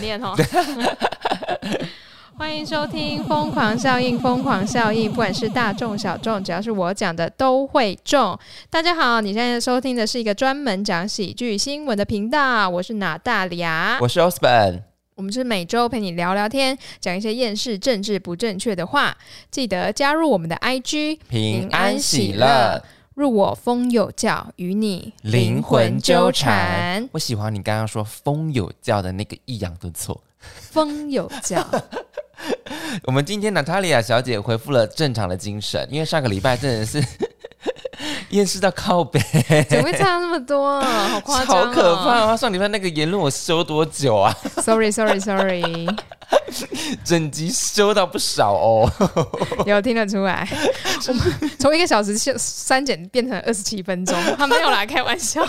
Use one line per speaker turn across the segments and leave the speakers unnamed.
练哦。 欢迎收听《疯狂效应》，疯狂效应，不管是大众小众，只要是我讲的都会中。大家好，你现在收听的是一个专门讲喜剧新闻的频道，我是哪大牙，
我是 Osborn，
我们是每周陪你聊聊天，讲一些厌世、政治不正确的话。记得加入我们的 IG，
平安喜乐。
入我风有教，与你
灵魂纠缠。。我喜欢你刚刚说“风有教”的那个抑扬顿挫。
风有教，
我们今天娜塔莉亚小姐恢复了正常的精神，因为上个礼拜真的是 厌世到靠北，
怎么会差那么多？好夸张、哦，
好可怕啊！上礼拜那个言论我修多久啊？
！Sorry，Sorry，Sorry，
整集修到不少哦。
有听得出来，我们从一个小时修删减变成二十七分钟，他没有啦，开玩笑。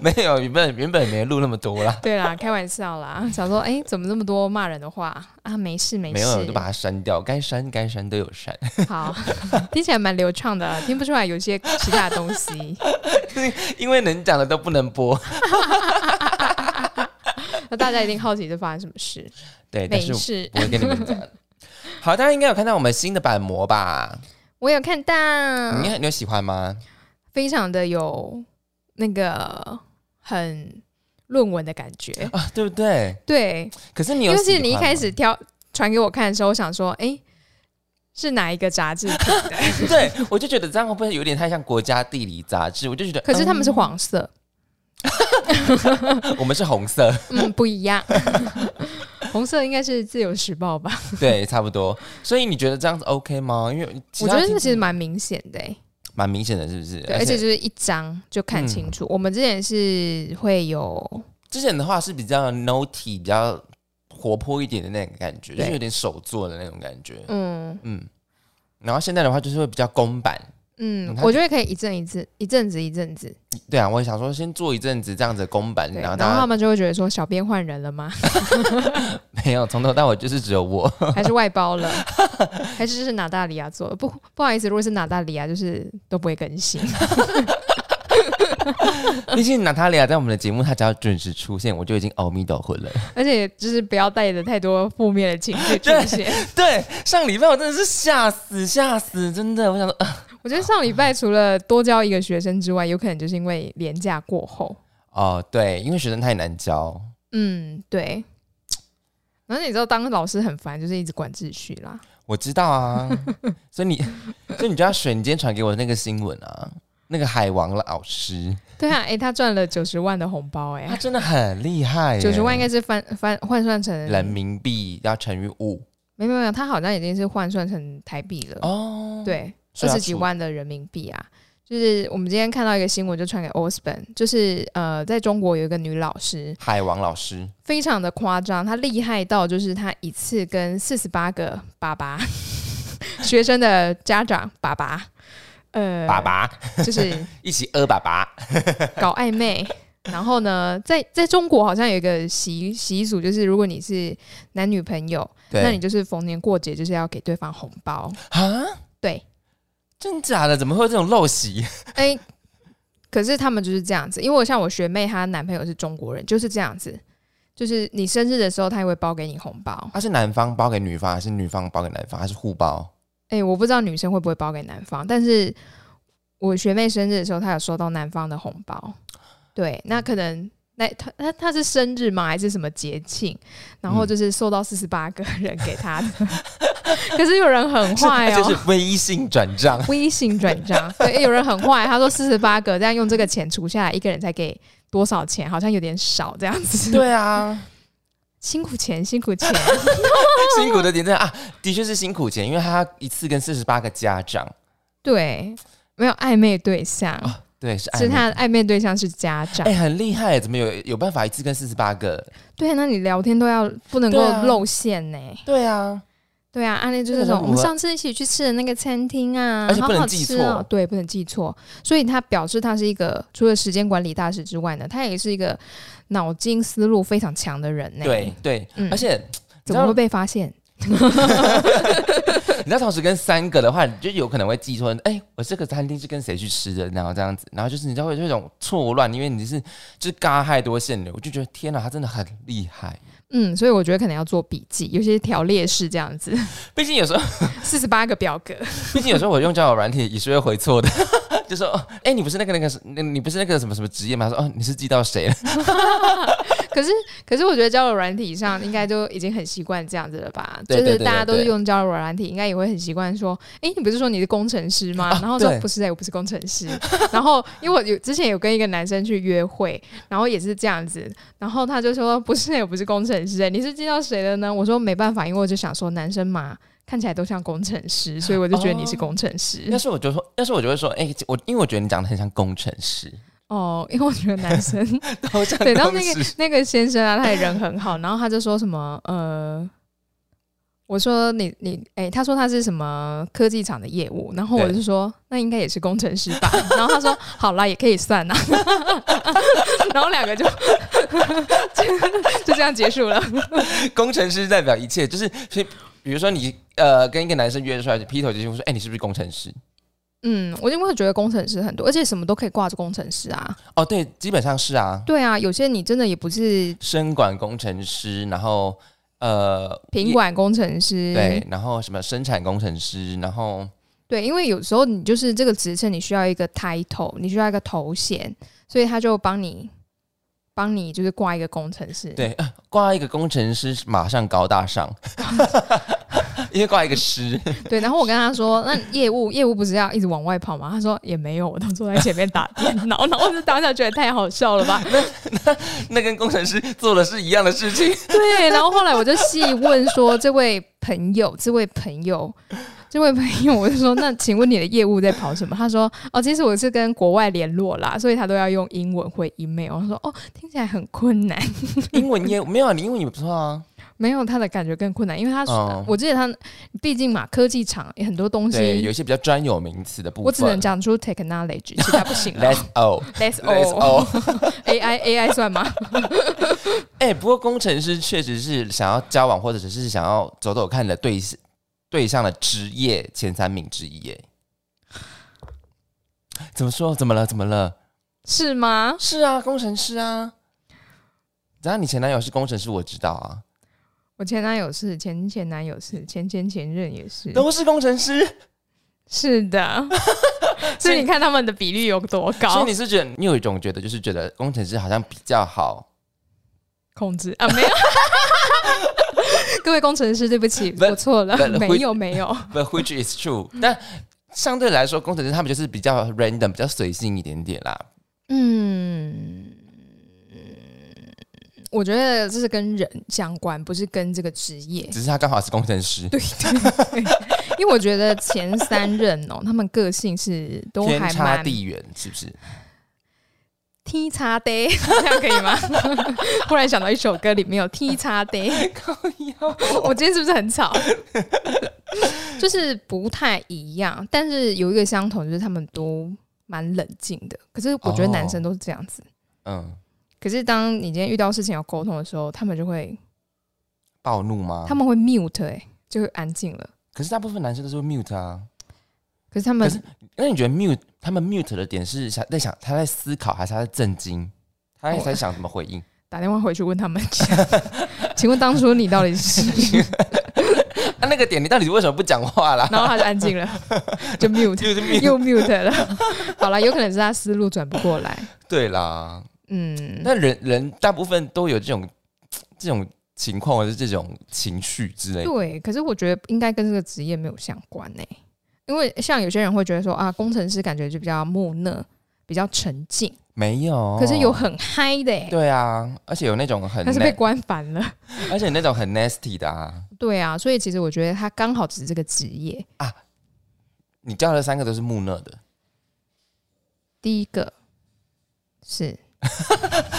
没有，原本原本没录那么多啦，
对啦，开玩笑啦，想说，哎、怎么这么多骂人的话啊？没事，没
没
事，
有就把它删掉，该删该删都有删。
好，听起来蛮流畅的，听不出来有些其他的东西。
因为能讲的都不能播。
那大家一定好奇这发生什么事？
对，
没
但是我
事，
不会跟你们讲。好，大家应该有看到我们新的板模吧？
我有看到，嗯
你你有喜欢吗？
非常的有那个很论文的感觉。
啊，对不对？
对，
可是你有
尤
喜欢吗，
其你一开始挑传给我看的时候，我想说，哎、是哪一个杂 志？
对我就觉得这样会不会有点太像国家地理杂志？我就觉得，
可是他们是黄色，
嗯我们是红色，
嗯，不一样。 红色应该是《自由时报》吧？
对，差不多。所以你觉得这样子 OK 吗？因为其
我
他
觉得
题
这其实蛮明显的、诶
蛮明显的，是不是？
对，而且就是一张就看清
嗯
楚。我们之前是会有
之前的话是比较 naughty，比较活泼一点的那种感觉，就
对
是有点手做的那种感觉。
嗯
嗯，然后现在的话就是会比较公版。
嗯
嗯，它
我觉得可以一阵一阵一阵子一阵子，
对啊，我也想说先做一阵子这样子的公版，
对，
然
然
后
后
大
他
家
们就会觉得说小编换人了吗？
没有从头到尾就是只有我。
还是外包了？还是是哪大里亚做的？不不好意思，如果是哪大里亚，就是都不会更新。
毕竟娜塔莉亚在我们的节目，她只要准时出现，我就已经阿弥陀佛了。
而且就是不要带着太多负面的情绪出现。
对，上礼拜我真的是吓死吓死，真的，我想说，呃
我觉得上礼拜除了多教一个学生之外，有可能就是因为廉假过后，
哦，对，因为学生太难教，
嗯，对。然后你知道当老师很烦，就是一直管秩序啦。
我知道 啊，所以你，所以你就要选你今天传给我的那个新闻啊，那个海王老师，
对啊，诶，他赚了九十万的红包、
他
诶，
真的很厉害耶，
九十万应该是翻翻换算成
人民币要乘以五
没有没有，他好像已经是换算成台币了。
哦，，
对，
是
二
啊
十几万的人民币啊。就是我们今天看到一个新闻，就传给 Osborn，就是呃，在中国有一个女老师，
海王老师，
非常的夸张，她厉害到就是她一次跟四十八个爸爸 学生的家长爸爸，呃，
爸爸
就是
一起呃爸爸，
搞暧昧。然后呢，在在中国好像有一个习习俗，就是如果你是男女朋友，
对，
那你就是逢年过节就是要给对方红包。
啊，
对，
真假的，怎么会有这种陋习？
哎、可是他们就是这样子，因为我像我学妹，她男朋友是中国人，就是这样子，就是你生日的时候，他也会包给你红包。
他、是男方包给女方，还是女方包给男方，还是互包？
哎、我不知道女生会不会包给男方，但是我学妹生日的时候，她有收到男方的红包。对，那可能那她她她是生日吗？还是什么节庆？然后就是收到四十八个人给她的， 可是有人很坏
这
哦。
是微信转 账。
微信转账，对，有人很坏，他说四十八个，这样用这个钱除下来，一个人才给多少钱？好像有点少，这样子。，
对啊，
辛苦钱，辛苦钱。
辛苦的点在啊，的确是辛苦钱，因为他一次跟四十八个家长，
对，没有哦暧昧对象，
对，是
所
暧
以
昧。
他的暧昧对象是家长
哎、。很厉害，怎么有有办法一次跟四十八个？
对，那你聊天都要不能够
对啊
露馅呢、
对啊，
对啊，案例就是
那个
说，
如
我们
何
上次一起去吃的那个餐厅啊，
而且
好
不能
好
记
吃
错
哦对，不能记错。所以他表示他是一个除了时间管理大师之外呢，他也是一个脑筋思路非常强的人呢、
对，对，
嗯
而且
怎
你知
么
道
会被发现？
你要同时跟三个的话，你就有可能会记错。哎、我这个餐厅是跟谁去吃的？然后这样子，然后就是你知道会有一种错乱，因为你是就是嘎太多线了，我就觉得天哪，他真的很厉害。
嗯，所以我觉得可能要做笔记，有些条列式这样子，
毕竟有时候，
四十八个表格。
毕竟有时候我用交友软体也是会回错的， 就说，哦哎、你不是那个那个是，那你不是那个什么什么职业吗？他说，哦，你是记到谁了？
可是，可是我觉得交友软体上应该就已经很习惯这样子了吧？
对对
就是大家都
对
是
对
用交友软体，应该也会很习惯说：“诶，你不是说你是工程师吗？”
啊
然后说
对：“
不是、诶，我不是工程师。” 然后因为我有之前有跟一个男生去约会，然后也是这样子，然后他就说：“不是、诶，我不是工程师、诶，你是见到谁了呢？”我说：“没办法，因为我就想说男生嘛。”看起来都像工程师，所以我就觉得你
哦
是工程师
要是我就说，要是我就会说，哎、我因为我觉得你长得很像工程 师，
哦。因为我觉得男生
好像
哦对，然后
工
那个
程师，
那个先生啊，他也人很好，然后他就说什么呃，我说你你哎、他说他是什么科技厂的业务，然后我
对
就说那应该也是工程师吧， 然后他说好啦，也可以算啦， 然后两个就 就就这样结束了。
工程师代表一切，就是所以比如说你呃跟一个男生约出来，劈头就先说，哎、你是不是工程师？
嗯，我因为觉得工程师很多，而且什么都可以挂着工程师啊。
哦，对，基本上是啊，
对啊，有些你真的也不是
生管工程师，然后呃，
品管工程师，
对，然后什么生产工程师，然后
对，因为有时候你就是这个职称，你需要一个 title，你需要一个头衔，所以他就帮你帮你就是挂一个工程师。
对呃挂一个工程师，马上高大上， 因为挂一个师，
对然后我跟他说，那业务业务不是要一直往外跑吗？他说也没有，我都坐在前面打电脑， 然后我就当下觉得太好笑了吧？
那跟工程师做的是一样的事情。
对，然后后来我就细问说，这位朋友，这位朋友。这位朋友，我就说，那请问你的业务在跑什么？他说，哦，其实我是跟国外联络啦，所以他都要用英文回 email。我说，哦，听起来很困难。
英文也没有啊，你英文也不错啊，
没有他的感觉更困难，因为他、
哦
我记得他，毕竟嘛，科技厂很多东
对，有
西，
一些比较专有名词的部分，
嗯我只能哦讲出 technology，其他不行了
Let's O。
Let's
Let's
all
O，
AI AI 算吗？
哎、不过工程师确实是想要交往或者只是想要走走看的对象对象的职业前三名之一。哎，怎么说？怎么了？怎么了？
是吗？
是啊，工程师啊。然后你前男友是工程师，我知道啊，
我前男友是，前前男友是，前前前任也是，
都是工程师。
是 的。所以你看他们的比率有多
所以
高
你？是觉得你有一种觉得，就是觉得工程师好像比较好。
控制啊，没有。 各位工程师，对不起，
But-
我错了，
but-
没有没有。
But which is true，但相对来说，工程师他们就是比较 random，比较随性一点点啦。
嗯，我觉得这是跟人相关，不是跟这个职业。
只是他刚好是工程师，
对对对，因为我觉得前三任哦，他们个性是都
天
还
差
蛮
地远，是不是？
T 叉 D，这样可以吗？ 忽然想到一首歌里面有 T 叉 D，我今天是不是很吵？就是不太一样，但是有一个相同，就是他们都蛮冷静的。可是我觉
哦
得男生都是这样子。
嗯，
可是当你今天遇到事情要沟通的时候，他们就会
暴怒吗？
他们会 mute 哎、就会安静了。
可是大部分男生都是会 mute 啊。
可是他们
可是那你觉得 mute 他们 mute 的点是想在想他在思考，还是他在震惊？他在
我
在想怎么回应？
打电话回去 问他们一下，请问当初你到底 是？
啊，那个点你到底为什么不讲 话啦？
然后他就安静了，就 mute
就是 mute
又 mute 了。好了，有可能是他思路转不过来。
对啦。
嗯，
那人人大部分都有这种这种情况，或者是这种情绪之类的。
对。可是我觉得应该跟这个职业没有相关呢、因为像有些人会觉得说啊，工程师感觉就比较木讷，比较沉静，
没有，
可是有很嗨的、欸，
哦对啊，而且有那种很
他是被
na-
关烦了。
而且有那种很 nasty 的啊。
对啊，所以其实我觉得他刚好只是这个职业。
你叫的三个都是木讷的。
第一个是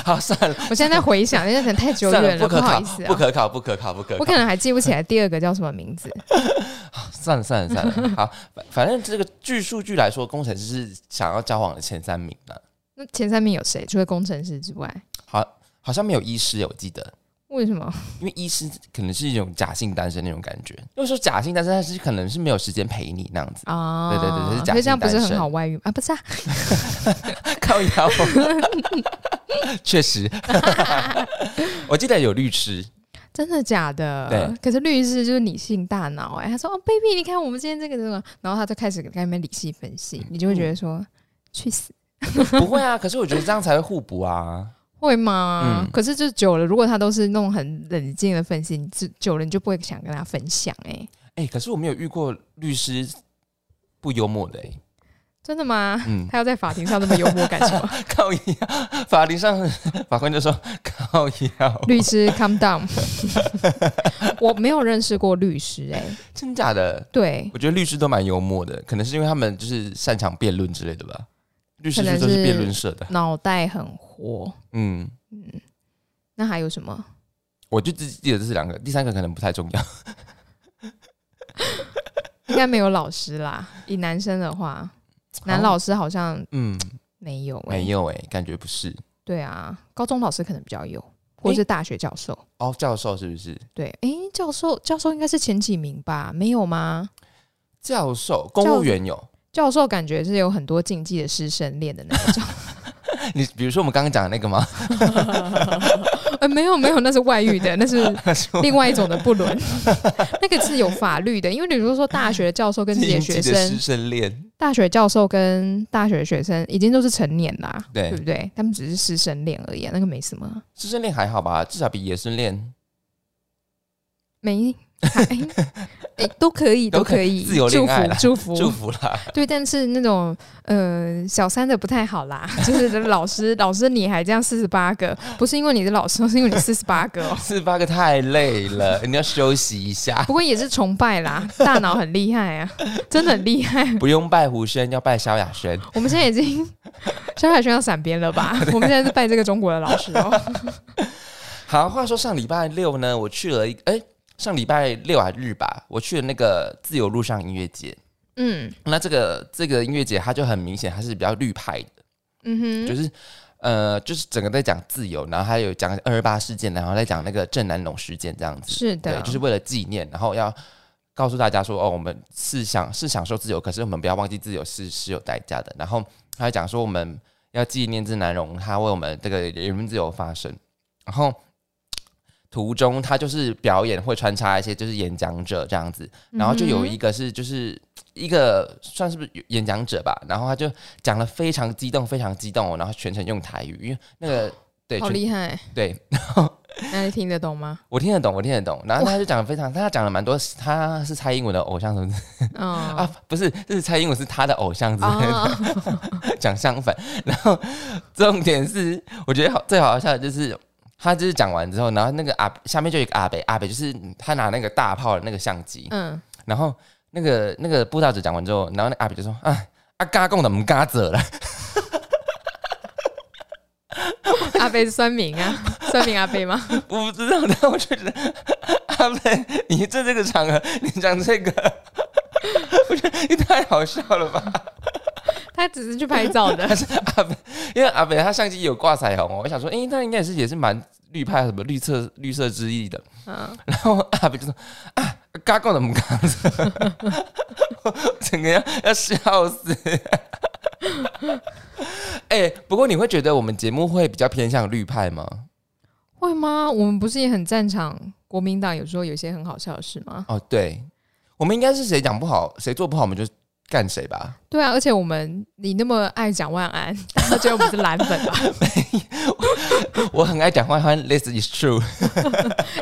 好，算了，
我现在在回想，因为可能太久
算
远
了，
了，
不
不
可
好
考
意思、，
不
啊。
可考，不可考，不可
我
考。
可能还记不起来第二个叫什么名字，
算了算了算了， 好，反反正这个据数据来说，工程师是想要交往的前三名啊了，
那前三名有谁？除了工程师之外，
好像没有医师，我记得，
为什么？，
因为医师可能是一种假性单身那种感觉，因为说假性单身，但是可能是没有时间陪你那样子
啊，
对对对是假性
所以这样不是
单身
很好外遇吗啊？不是啊，
靠腰， 确实，我记得有律师，
真的假的
对？
可是律师就是理性大脑哎、他说哦，baby，你看我们今天这个这个，然后他就开始在那边理性分析，你就会觉得
嗯
说、去死
不会啊，可是我觉得这样才会互补啊。
会吗？
嗯
可是就久了，如果他都是那种很冷静的分析，你就久了你就不会想跟他分享哎、
哎、可是我没有遇过律师不幽默的、欸，
真的吗？
嗯，
他要在法庭上那么幽默干什么？
靠腰，法庭上法官就说靠 腰，
律师，calm down。我没有认识过律师哎、
真假的？
对，
我觉得律师都蛮幽默的，可能是因为他们就是擅长辩论之类的吧。律师
可能
就都是
是
辩论社的，
脑袋很活。
嗯，
嗯，那还有什么？
我就只记得这两个，第三个可能不太重要。
应该没有老师啦。以男生的话，男老师好像
嗯，
没有、欸，
哦没。有哎、感觉不是。
对啊，高中老师可能比较有，或是大学教授。
哦，教授是不是？
对，诶、教授，教授应该是前几名吧？没有吗？
教授，公务员有。
教授感觉是有很多禁忌的师生恋的那种。
你比如说我们刚刚讲的那 个吗？
呃，没有没有，那是外遇的，那 是
说
另外一种的不伦。 那个是有法律的，因为你如果说大学的教授跟自己的
禁忌
学
的
生
师，生恋，
大学教授跟大学学生已经都是成年啦，
对
不对？他们只是师生恋而已、啊，那个没什么，
师生恋还好吧？至少比野生恋
没。 哎、哎都可以，
都
都
可
可以，
自由恋爱啦
祝福，祝
祝
福，
福啦。
对。但是那种，呃，小三的不太好啦，就是老师，老师你还这样四十八个，不是因为你的老师，是因为你四十八个哦。
四十八个太累了， 你要休息一下。
不过也是崇拜啦，大脑很厉害啊，真的很厉害。
不用拜胡生，要拜萧亚轩。
我们现在已经萧亚轩要闪边了 吧？我们现在是拜这个中国的老师哦。
好，话说上礼拜六呢，我去了一哎、上礼拜六还日吧，我去了那个自由路上音乐节。
嗯
那这个这个音乐节，它就很明显，它是比较绿派的，
嗯哼，
就是呃，就是整个在讲自由，然后还有讲二二八事件，然后再讲那个郑南榕事件这样子。
是的，
对，就是为了纪念，然后要告诉大家说，哦，我们是享是享受自由，可是我们不要忘记自由是是有代价的。然后他还讲说，我们要纪念郑南榕，他为我们这个人民自由发声。然后途中他就是表演会穿插一些就是演讲者这样
嗯
子，然后就有一个是就是。一个算是不是演讲者吧，然后他就讲了非常激动，非常激动、哦，然后全程用台语，因为那个对
好
全
厉害，
对
那你听得懂 吗？
我听得懂，我听得懂。然后他就讲的非常，他讲了蛮多，他是蔡英文的偶像什么之
嗯
啊，不是，是蔡英文是他的偶像之类的，
啊，
讲相反。然后重点是，我觉得好最好笑的就是。他就是讲完之后，然后那个阿下面就有一个阿北，阿北就是他拿那个大炮的那个相机，
嗯，
然后那个那个布道者讲完之后，然后那阿北就说：“啊，阿嘎贡的唔嘎者了。
阿贝是酸民 啊，酸民阿贝吗？”
我不知道，但我就觉得阿北，你在这个场合你讲这个，我觉得你太好笑了吧。
他只是去拍照 的，
因为阿北他相机有挂彩虹哦，我想说，诶，那应该也是也是蛮绿派什么绿色绿色之意的。
嗯，
然后阿北就说啊，嘎够了不嘎子， 我整个要要笑死。哎、不过你会觉得我们节目会比较偏向绿派吗？
会吗？我们不是也很赞赏国民党有时候有些很好笑的事吗？
哦，对，我们应该是谁讲不好，谁做不好，我们就干谁吧。
对啊，而且我们你那么爱蒋万安，大家觉得我们是蓝粉吧？
我很爱讲欢欢，this is true，、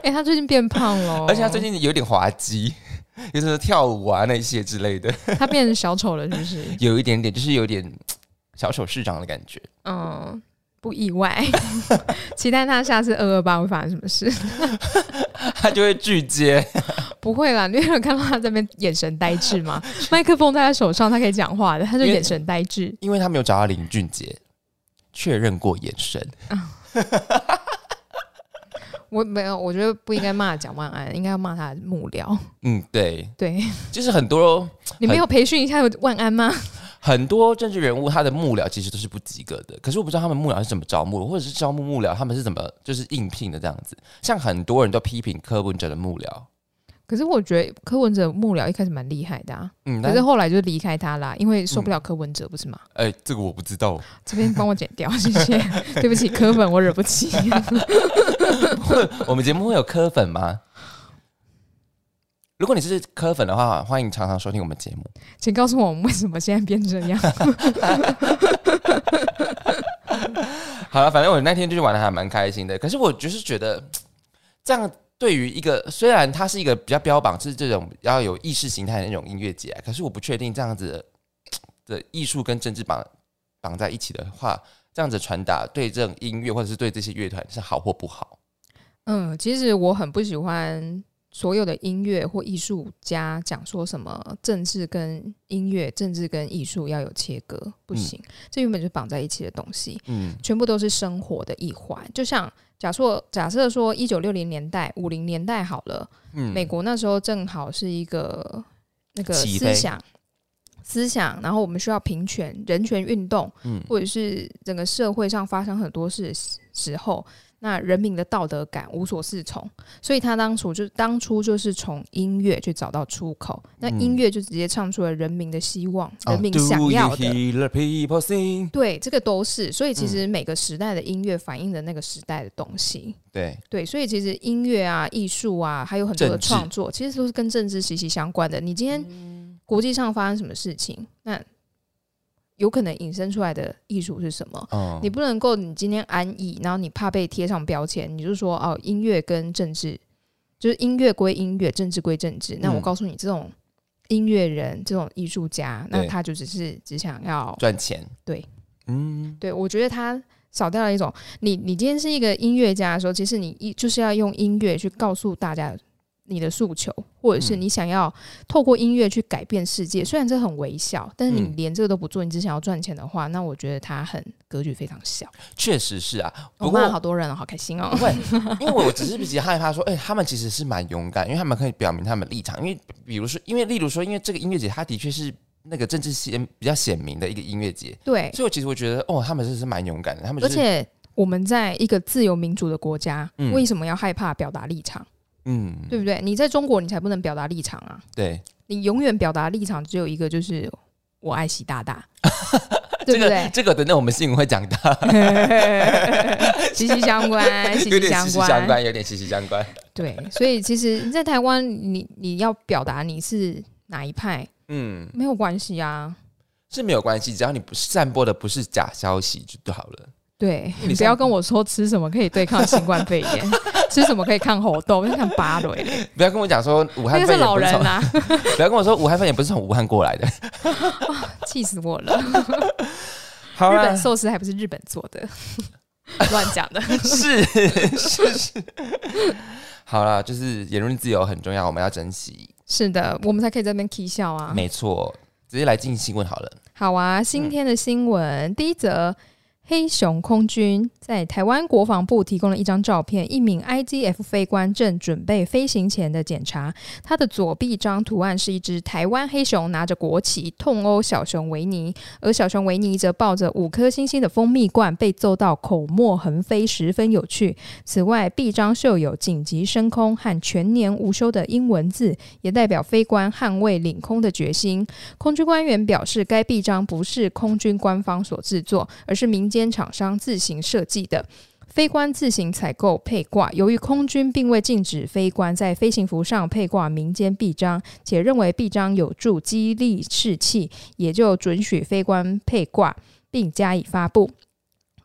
哎，他最近变胖了，哦
而且他最近有点滑稽， 就是跳舞啊那些之类的。
他变成小丑了，是不是？
有一点点，就是有点小丑市长的感觉。
嗯。不意外， 期待他下次二二八会发生什么事。
他就会拒接，
不会啦，你有看到他这边眼神呆滞 吗？麦克风在他手上，他可以讲话的，他就
因为
眼神呆滞。
因为他没有找到林俊杰确认过眼神。
我没有，我觉得不应该骂蒋万安，应该要骂他的幕僚。
嗯，对，
对
就是很多
你没有培训一下万安吗？
很多政治人物，他的幕僚其实都是不及格的。可是我不知道他们幕僚是怎么招募的，或者是招募幕僚他们是怎么就是应聘的这样子。像很多人都批评柯文哲的幕僚，
可是我觉得柯文哲幕僚一开始蛮厉害的啊，
嗯，
可
但
是
是
后来就离开他啦，因为受不了柯文哲，不是吗？
哎、这
嗯
个我不知道。
这边帮我剪掉，谢谢。对不起，柯粉我惹不起。
我们节目会有磕粉吗？如果你是磕粉的话，欢迎常常收听我们节目。
请告诉我们为什么现在变这样？
好了，反正我那天就是玩的还蛮开心的。可是我就是觉得，这样对于一个虽然它是一个比较标榜是这种比较有意识形态的那种音乐节、啊，可是我不确定这样子的的艺术跟政治绑绑在一起的话，这样子传达对这种音乐或者是对这些乐团是好或不好。
嗯，其实我很不喜欢所有的音乐或艺术家讲说什么政治跟音乐、政治跟艺术要有切割，不行，这原本就绑在一起的东西，
嗯
全部都是生活的一环。就像假设假设说一九六零年代、五零年代好了，
嗯
美国那时候正好是一个那个
起
思
飞
想。思想，然后我们需要平权、人权运动，
嗯
或者是整个社会上发生很多事的时时候，那人民的道德感无所适从，所以他当初就当初就是从音乐去找到出口，那
嗯哦
音乐就直接唱出了人民的希望、人民想要的。
the people sing？
对，这个都是，所以其
嗯
实每个时代的音乐反映的那个时代的东西，
对，
对，所以其实音乐啊、艺术啊，还有很多的
政治嗯
创作，其实都是跟政治息息相关的。你今天国际上发生什么事情，那有可能引申出来的艺术是什么？
嗯
你不能够，你今天安逸，然后你怕被贴上标签，你就说哦，音乐跟政治，就是音乐归音乐，政治归政治。那我
嗯
告诉你，这种音乐人，这种艺术家，那
对
他就只是只想要，
赚钱，
对，
嗯，
对我觉得他少掉了一种，你你今天是一个音乐家的时候，其实你一就是要用音乐去告诉大家。你的诉求，或者是
嗯
你想要透过音乐去改变世界，虽然这很微小，但是你
嗯
连这个都不做，你只想要赚钱的话，那我觉得他很格局非常小。
确实是啊。
我
不
骂
过嗯
了好多人哦，好开心哦
不。会，因为我只是比较害怕说，哎、他们其实是蛮勇敢，因为他们可以表明他们立场。因为比如说，因为例如说，因为这个音乐节，它的确是那个政治显比较显明的一个音乐节，
对，
所以我其实我觉得，哦，他们真的是蛮勇敢的，他们、
而
就是、
且我们在一个自由民主的国家，
嗯
为什么要害怕表达立场？
嗯，
对不对？你在中国，你才不能表达立场啊！
对，
你永远表达立场只有一个，就是我爱习大 大，对
这
不
个
对？
这个等等我们新闻会讲到，
息息相关，息
有
息
点
相
息息相关，有点息息相关。
对，所以其实你在台湾，你你要表达你是哪一派
嗯，
没有关系啊。
是没有关系，只要你不是散播的不是假消息就好了。
对，
你
你不
像
要跟我说吃什么可以对抗新冠肺炎， 吃什么可以抗猴痘，我就看芭蕾嘞，
不要跟我讲说武
那
汉
个
肺
是
炎
老
不是
人
从，
啊，
不要跟我说武汉肺炎不是从武汉过来的。
气死我了！
好
日
啦
本寿司还不是日本做的， 乱讲 的。
是是是，好啦，就是言论自由很重要，我们要珍惜。
是的，我们才可以在那边 k 笑啊。
没错，直接来进行新闻好了。
好啊，今天的新闻、第一则。黑熊空军在台湾国防部提供了一张照片，一名 IGF 飞官正准备飞行前的检查，他的左臂章图案是一只台湾黑熊拿着国旗痛殴小熊维尼，而小熊维尼则抱着五颗星星的蜂蜜罐被揍到口沫横飞，十分有趣。此外，臂章绣有紧急升空和全年无休的英文字，也代表飞官捍卫领空的决心。空军官员表示，该臂章不是空军官方所制作，而是民间厂商自行设计的。飞官自行采购配挂，由于空军并未禁止飞官在飞行服上配挂民间臂章，且认为臂章有助激励士气，也就准许飞官配挂，并加以发布。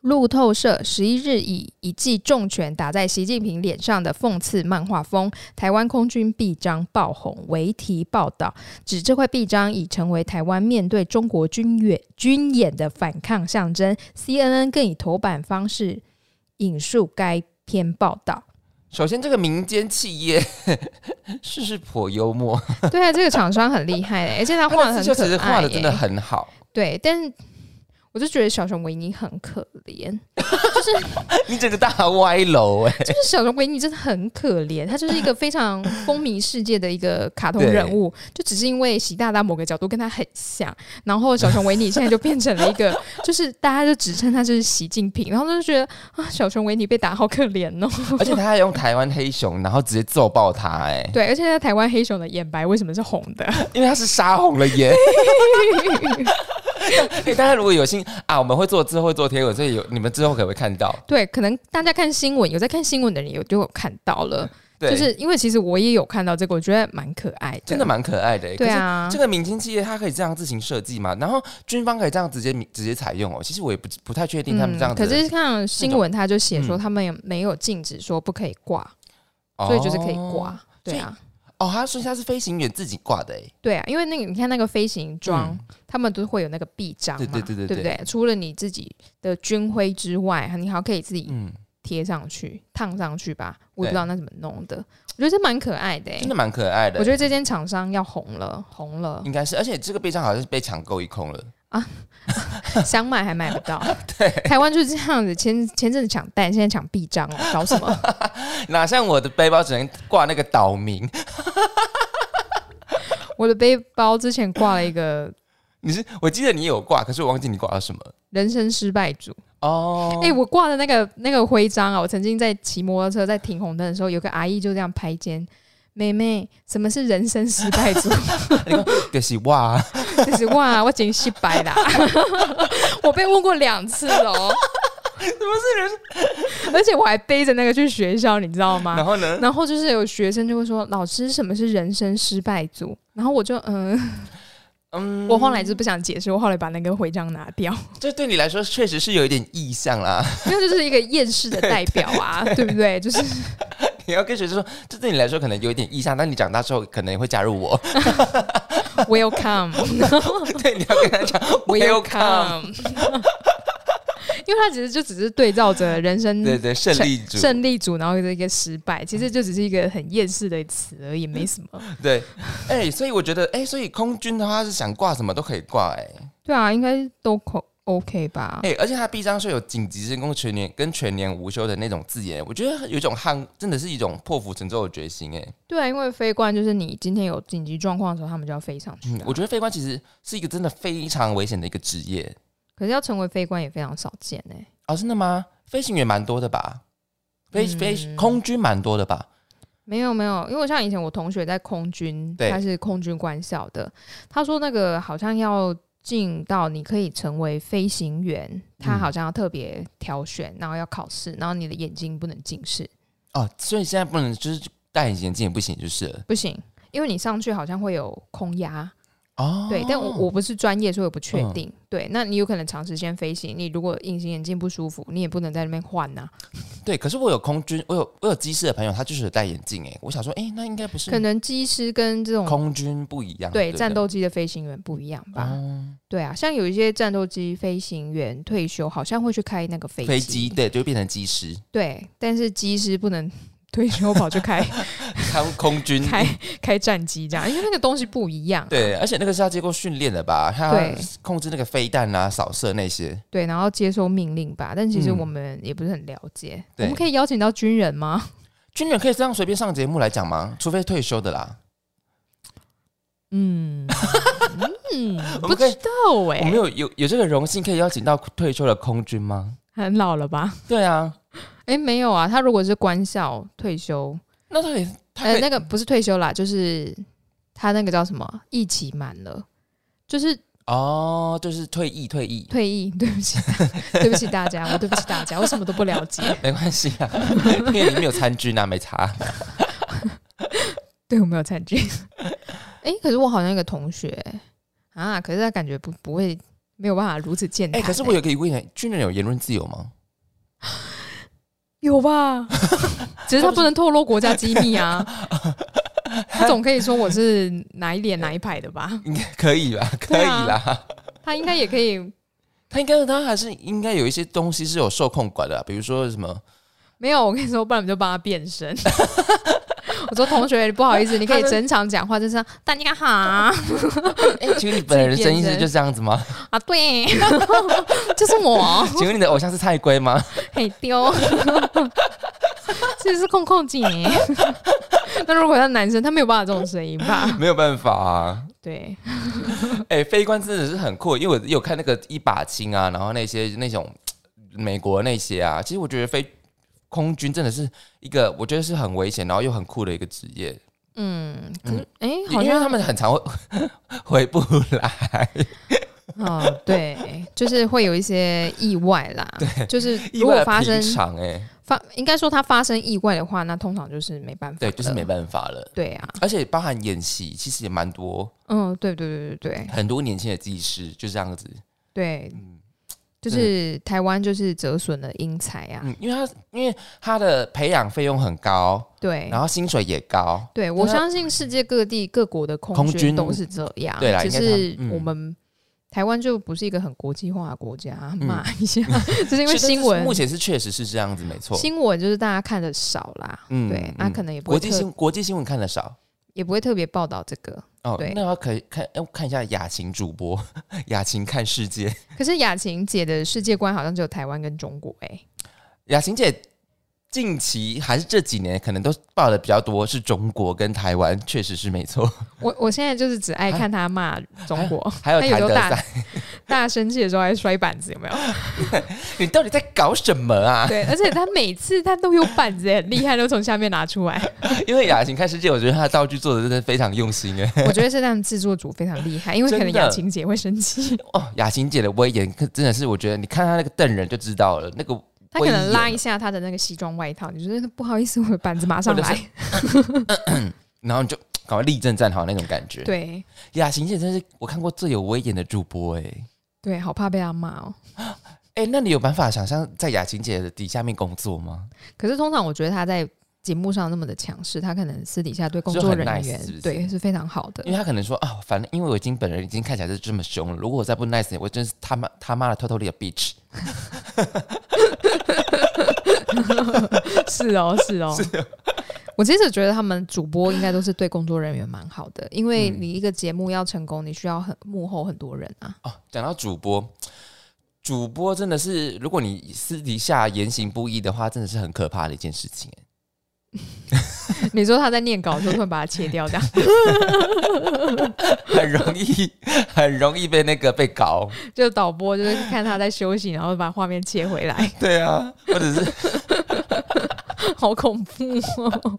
路透社十一日以一记重拳打在习近平脸上的讽刺漫画风，台湾空军臂章爆红为题报道。指这块臂章已成为台湾面对中国军演军演的反抗象征。CNN 更以头版方式引述该篇报道。
首先，这个民间企业 是是颇幽默，
对啊，这个厂商很厉害、欸，而且他画的
的
很
字
可
其实
爱、
画的真的
欸。
很好。
对，但我就觉得小熊维尼很可怜，
你整个大歪 楼哎、
就是小熊维尼真的很可怜，他就是一个非常风靡世界的一个卡通人物，就只是因为习大大某个角度跟他很像，然后小熊维尼现在就变成了一个， 就是大家就只称他就是习近平，然后就觉得啊，小熊维尼被打好可怜 哦。
而且他还用台湾黑熊，然后直接揍爆他哎、
对，而且在台湾黑熊的眼白为什么是红的？
因为他是杀红了眼。欸大家如果有心啊，我们会做之后会做贴文，所以有你们之后可能会看到。
对，可能大家看新闻，有在看新闻的人有就有看到了，
对，
就是因为其实我也有看到这个，我觉得蛮可爱的，
真的蛮可爱的、欸。
对
可是
啊，
这个民间企业它可以这样自行设计嘛？然后军方可以这样直接直接采用哦。其实我也不不太确定他们这样
嗯
子
可
的、
是看新闻，他就写说
嗯
他们也没有禁止说不可以挂，
哦
所以就是可以挂。对啊，
哦。他说他是飞行员自己挂的哎、
对啊，因为那个你看那个飞行装，
嗯
他们都会有那个臂章嘛，
对对对对
不对？除了你自己的军徽之外，你还可以自己
嗯，
贴上去、烫上去吧？我也不
对
知道那怎么弄的，我觉得这蛮可爱的、欸。
嗯真的蛮可爱的、
我觉得这间厂商要红了，红了，
应该是，而且这个背章好像是被抢购一空了。
想买还买不到。
对，
台湾就是这样子，前前阵子抢蛋，现在抢臂章哦，搞什么？
哪像我的背包只能挂那个岛名？
我的背包之前挂了一个
你是我记得你有挂，可是我忘记你挂了什么
人生失败组。
哦。
哎、我挂的那个那个徽章啊，我曾经在骑摩托车在停红灯的时候，有个阿姨就这样拍肩。妹妹，什么是人生失败组？
就是哇，
就是哇，我真失败啦！ 我被问过两次哦，什么是人？而且我还背着那个去学校，你知道吗？
然后呢？
然后就是有学生就会说：“老师，什么是人生失败组？”然后我就嗯，
嗯，
我后来就不想解释，我后来把那个徽章拿掉，
这对你来说确实是有一点意向啦。
因为就是一个厌世的代表啊， 对不对？就是
你要跟学生说，这对你来说可能有一点意向，但你长大之后可能会加入我。
welcome，welcome，
对，你要跟他讲 welcome，
因为他其实就只是对照着人生
对嗯对，胜利组，
嗯胜利组，然后一个失败，其实就只是一个很厌世的词而已，没什么。
对。哎、所以我觉得，哎、所以空军的话是想挂什么都可以挂、哎。
对啊，应该都可 OK 吧？
哎、而且它 B 章是有紧急申工全年跟全年无休的那种字眼，我觉得有一种汉，真的是一种破釜沉舟的决心哎、
对啊，因为飞官就是你今天有紧急状况的时候，他们就要飞上去啊、
嗯，我觉得飞官其实是一个真的非常危险的一个职业
可是要成为飞官也非常少见哎、
哦，真的吗？飞行员蛮多的吧？飞
嗯
飞空军蛮多的吧？
没有没有，因为我像以前我同学在空军，
对
他是空军官校的，他说那个好像要进到你可以成为飞行员，他
嗯
好像要特别挑选，然后要考试，然后你的眼睛不能近视，
哦，所以现在不能就是戴隐形眼镜也不行，就是了
不行，因为你上去好像会有空压。
哦，嗯
对，但我我不是专业，所以我不确定。对，那你有可能长时间飞行，你如果隐形眼镜不舒服，你也不能在那边换啊呐、
对，可是我有空军，我有我有机师的朋友，他就是有戴眼镜哎、我想说，哎、那应该不是
可能机师跟这种
空军不一样，
对
不
战斗机的飞行员不一样吧？
啊哦
对啊，像有一些战斗机飞行员退休，好像会去开那个飞
飞机，对，就会变成机师，
对，但是机师不能 退休跑去 开
他空军
开开战机这样，因为那个东西不一样啊、
对，而且那个是要经过训练的吧？他要
对
控制那个飞弹啊、扫射那些。
对，然后接收命令吧。但其实
嗯
我们也不是很了解，我
对
们可以邀请到军人吗？
军人可以这样随便上节目来讲吗？除非退休的啦。
嗯嗯，
我
不
们可以
知道哎、
我们有有有这个荣幸可以邀请到退休的空军吗？
很老了吧？
对啊，
哎、没有啊，他如果是官校退休，
那他也他
呃
可，以、
那个不是退休啦，就是他那个叫什么，役期满了，就是
哦，就是退役退役，
退役。对不起，对不起大家，我对不起大家，我什么都不了解。
没关系啊， 因为你没有参军啊，没差。
对我没有参军。 哎、可是我好像有个同学啊，可是他感觉不不会没有办法如此健
哎、
谈、
可是我有个疑问，军人有言论自由吗？
有吧？只是他不能透露国家机密 啊。他总可以说我是哪一脸哪一派的吧？
应该可以吧？可
啊
以啦。
他应该也可以
他应该，他还是应该有一些东西是有受控管的啊、比如说什么，
没有，我跟你说，不然我们就帮他变身。 我说同学，不好意思，你可以整场讲话，就是这样大家 好啊，
哎、 请问你本人的声音是就这样子吗？
啊 对，就是我，
请问你的偶像是蔡 圭吗？
很丢，这是控控 姐。那如果他男生，他没有办法这种声音吧？
没有办法啊，
对，
哎、飞官真的是很酷，因为我有看那个一把青啊，然后那些那种嘖美国那些啊，其实我觉得飞空军真的是一个我觉得是很危险，然后又很酷的一个职业，
嗯，可是哎、
因
好
为
像
他们很常会回不来。
哦，对，就是会有一些意外啦。对，就是
意
如果
外
发生
场哎、
发，应该说它发生意外的话，那通常就是没办法。
对，就是没。办法了。
对啊，
而且包含演戏，其实也蛮多，
嗯，对对对对对
很多年轻的技师就这样子，
对，
嗯
就是台湾就是折损了英才啊。
嗯，因为他因为他的培养费用很高，
对
然，后薪水也高，
对我
但它
相信世界各地各国的空
空
军
军
都是这样。
对啦
只
应该他
是
嗯
我们台湾就不是一个很国际化的国家，骂一下， 就是因为
嗯是但
新
是
闻
目前是确实是这样子，没错。
新闻就是大家看的少啦。
嗯
对，那
嗯
可能也不
国
会
际
特
新国际新闻看的少
也不会特别报道这个。
哦
对，
那要可以看要看一下雅琴主播， 雅琴看世界，
可是雅琴姐的世界观好像只有台湾跟中国哎、
雅琴姐近期还是这几年可能都报的比较多是中国跟台湾，确实是 没错。
我我现在就是只
啊
爱看她骂中国，
还有
她有
谭
时候
德
大
赛，
大生气的时候还摔板子，有没有？
你到底在搞什么 啊？
对，而且她每次她都有板子，很厉害，都从下面拿出来。
因为雅琴看世界，我觉得她的道具做的真的非常用心哎。
我觉得是他们制作组非常厉害，因为可能
真的
雅琴姐会生气，
哦，雅琴姐的威严可真的是，我觉得你看她那个瞪人就知道了，那个
她可能拉一下她的那个西装外套，你觉得不好意思，我的板子马上
或者
来。
然后你就赶快立正站好那种感觉。
对
雅琴姐真是我看过最有威严的主播哎、
对，好怕被她骂哦。
哎、那你有办法想象在雅琴姐的底下面工作吗？
可是通常我觉得她在节目上那么的强势，她可能私底下对工
就
作
很
人
nice，
员
是不是
对是非常好的
因。为她可能说啊，反正因为我已经本人已经看起来是这么凶了，如果我再不 nice，你我真是他妈他妈的 totally a bitch。
是哦， 是哦。我其实觉得他们主播应该都是对工作人员蛮好的，因为
嗯
你一个节目要成功，你需要很幕后很多人啊。
哦，讲到主播，主播真的是，如果你私底下言行不一的话，真的是很可怕的一件事情欸。
你说他在念稿的时候，突然把它切掉，这样
很容易， 很容易被那个被搞。
就导播就是看他在休息，然后把画面切回来，
对啊，或者是
好恐怖哦。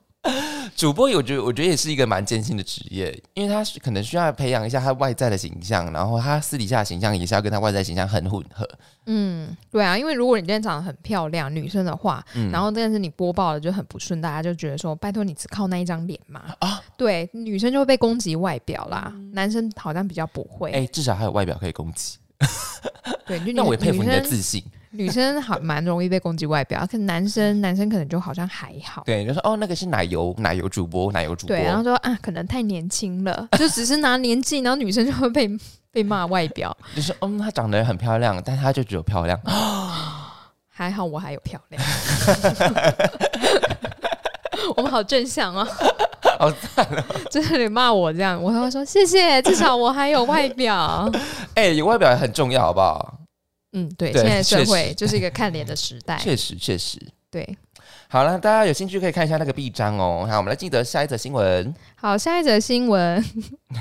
主播，我觉得我觉得也是一个蛮艰辛的职业，因为他是可能需要培养一下他外在的形象，然后他私底下的形象也是要跟他外在形象很混合。
嗯， 对啊，因为如果你今天长得很漂亮，女生的话，
嗯
然后但是你播报了就很不顺，大家就觉得说，拜托你只靠那一张脸嘛。啊，对，女生就会被攻击外表啦，男生好像比较不会。
啊哎、至少还有外表可以攻击，
对，就女
那我也佩服你的
女生
自信。
女生好蛮容易被攻击外表，可男生男生可能就好像还好。
嗯对，你就说哦，那个是奶油奶油主播，奶油主播。
对，然后说啊，可能太年轻了，就只是拿年纪，然后女生就会被被骂外表。
就是嗯，她长得很漂亮，但她就只有漂亮。
还好我还有漂亮， 我们好正向啊！
好
惨哦！就是你骂我这样，我还会说谢谢，至少我还有外表。
哎、有外表很重要，好不好？
嗯，对，
对
现在社
确实
会就是一个看脸的时代。
确实，确实。
对，
好了，大家有兴趣可以看一下那个 B 章哦。好，我们来记得下一则新闻。
好，下一则新闻：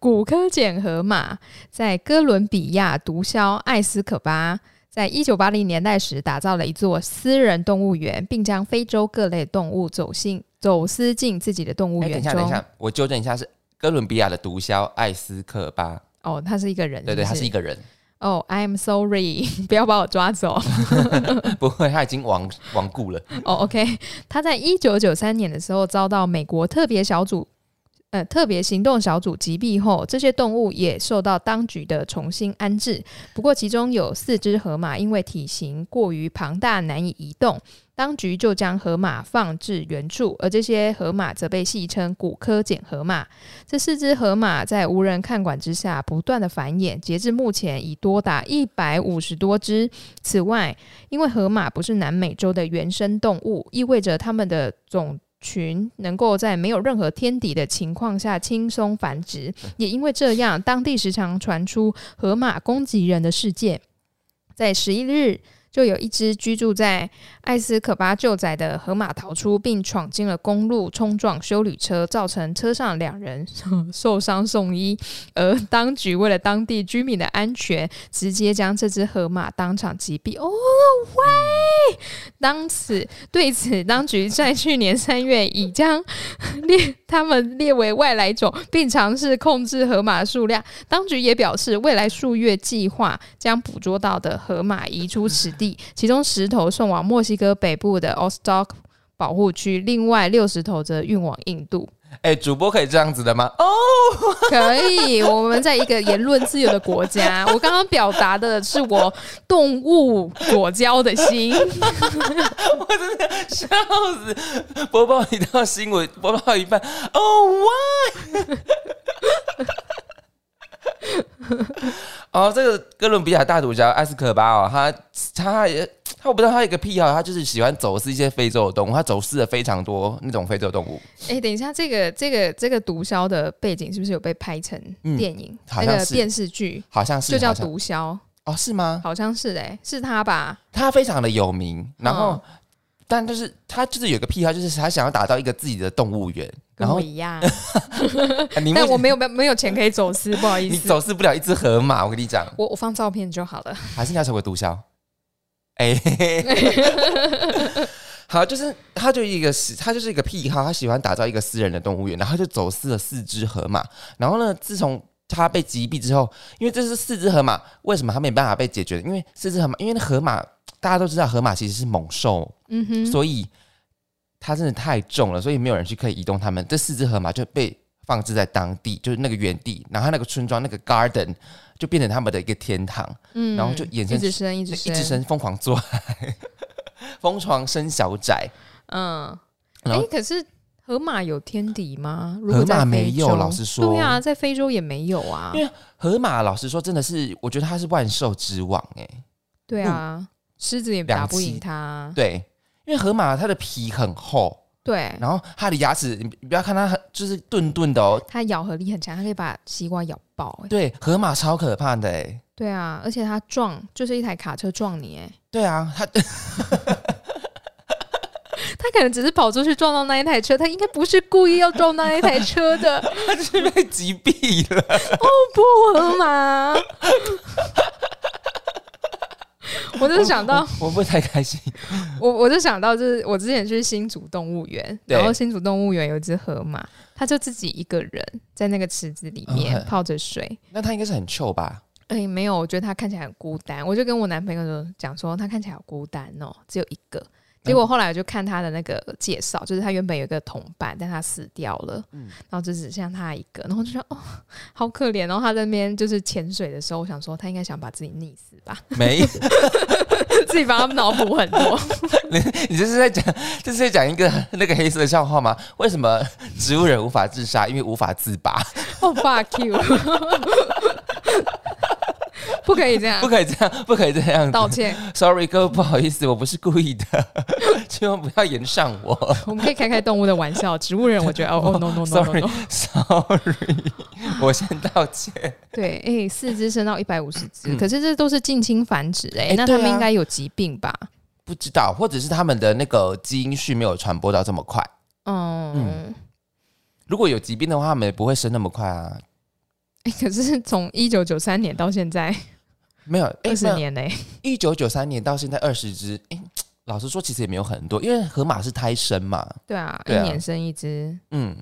骨科碱河马在哥伦比亚毒枭艾斯可巴，在一九八零年代时打造了一座私人动物园，并将非洲各类动物走进走私进自己的动物
哎、
园
等一
中。
下，等一下，我纠正一下，是哥伦比亚的毒枭艾斯克巴。
哦，他是一个人，
对对，他是一
个。
个人，
哦、i m sorry，不 要把我抓走。
不会，他已经亡亡故了。
哦，OK、o k 他在一九九三年的时候遭到美国特别小组。呃，特别行动小组击毙后，这些动物也受到当局的重新安置。不过，其中有四只河马因为体型过于庞大，难以移动，当局就将河马放置原处。而这些河马则被戏称“骨科碱河马”。这四只河马在无人看管之下不断的繁衍，截至目前已多达一百五十多只。此外，因为河马不是南美洲的原生动物，意味着它们的种群能够在没有任何天敌的情况下轻松繁殖。也因为这样，当地时常传出河马攻击人的事件。在十一日，就有一只居住在艾斯可巴旧宅的河马逃出，并闯进了公路，冲撞修旅车，造成车上两人受伤送医。而当局为了当地居民的安全，直接将这只河马当场击毙。哦喂！当此对此，当局在去年三月已将 列他们列为外来种，并尝试控制河马数量。当局也表示，未来数月计划将捕捉到的河马移出此地，其中十头送往墨西哥北部的 Ostok 保护区，另外六十头则运往印度。
哎、主播可以这样子的吗？哦，
可以，我们在一个言论自由的国家，我刚刚表达的是我动物果胶的心。
笑死！播报一道新闻，播报一半，哦哇！ 哦，这个哥伦比亚大毒枭埃斯科巴哦，他他也他我不知道他有一个癖好，他就是喜欢走私一些非洲的动物，他走私了非常多那种非洲动物，
哎、等一下，这个这个这个毒枭的背景是不是有被拍成
嗯
电影？
好
那
像
个
是
电视剧
好像是
就叫
好像
毒枭，
哦是吗？
好像是哎、是他吧？
他非常的有
嗯
名，然后、但就是他就是有个癖好，就是他想要打造一个自己的动物园，
跟
然后
我一 样，
啊你
但
为
我没有没有没有钱可以走私，不好意
你
思，
走私不了一只河马，我跟你讲，
我我放照片就好了。
还是你要成为毒枭。 哎、嘿嘿嘿好，就是他就一个是，他就是一个癖好，他喜欢打造一个私人的动物园，然后他就走私了四只河马。然后呢，自从他被击毙之后，因为这是四只河马，为什么他没办法被解决？因为四只河马，因为那河马大家都知道，河马其实是猛兽，
嗯哼，
所以它真的太重了，所以没有人去可以移动它们。这四只河马就被放置在当地，就是那个原地，然后它那个村庄那个 garden 就变成他们的一个天堂，
嗯
然后就衍生
一直生一直
一
生
直生疯狂做 爱，疯狂生小崽。
嗯，哎、
然后
可是河马有天敌吗？如果
河马
在非
没有，
洲
老实说，
对啊，在非洲也没有啊
因，为河马老实说真的是，我觉得它是万兽之王哎、
对啊，狮子也打
嗯两
不
栖
赢它，
对，因为河马它的皮很厚，
对，
然后它的牙齿，你你不要看它很就是钝钝的哦。
它咬合力很强，它可以把西瓜咬爆、哎。
对，河马超可怕的哎、
对啊，而且他撞就是一台卡车撞你，哎，
对啊，它
他可能只是跑出去撞到那一台车，他应该不是故意要撞那一台车的，
是被击毙了。
不河马。我就想到，
我，我不太开心。
我我就想到，就是我之前去新竹动物园，
对
然后新竹动物园有一只河马，它就自己一个人在那个池子里面
嗯
泡着水。
那他应该是很臭吧？
哎、没有，我觉得它看起来很孤单，我就跟我男朋友就讲说，它看起来好孤单哦，只有一个。结
嗯
果后来我就看他的那个介绍，就是他原本有一个同伴，但他死掉了，
嗯
然后就只剩下他一个，然后就说哦，好可怜。然后他在那边就是潜水的时候，我想说他应该想把自己溺死吧，
没，
自己帮他脑补很多。
你这是在讲，这是在讲一个 那个黑色笑话吗？为什么植物人无法自杀？因为无法自拔，
哦、fuck you，不可以这样
不，可以这样，不可以这样子。
啊道歉。
Sorry，各位，不好意思，我不是故意的， 千万不要延上我。
我们可以开开动物的玩笑，植物人我觉得哦哦 no no no no
Sorry
no，
Sorry，我先道歉。
对，哎、四只升到一百五十只，可是这都是近亲繁殖、哎、
哎
那他们
嗯对啊
应该有疾病吧？
不知道，或者是他们的那个基因序没有传播到这么快。
嗯
如果有疾病的话，他们也不会生那么快啊。
欸可是从一九九三年到现在
没有，哎
二十
没有
年嘞、
一九九三年到现在二十只，哎、老实说，其实也没有很多，因为河马是胎生嘛，
对啊，
对啊啊
一年生一只、
嗯，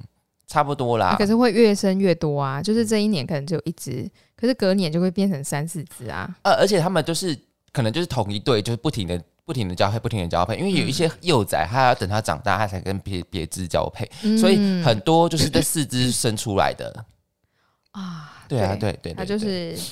差不多啦。
可是会越生越多啊，就是这一年可能只有一只，可是隔年就会变成三四只啊。
呃，而且他们就是可能就是同一对，就是不停的、不停的交配、不停的交配，因为有一些幼崽，它要等它长大，它才跟别别只交配，所以
嗯
很多就是这四只生出来的。
啊，
对啊，对对对
它就
对
是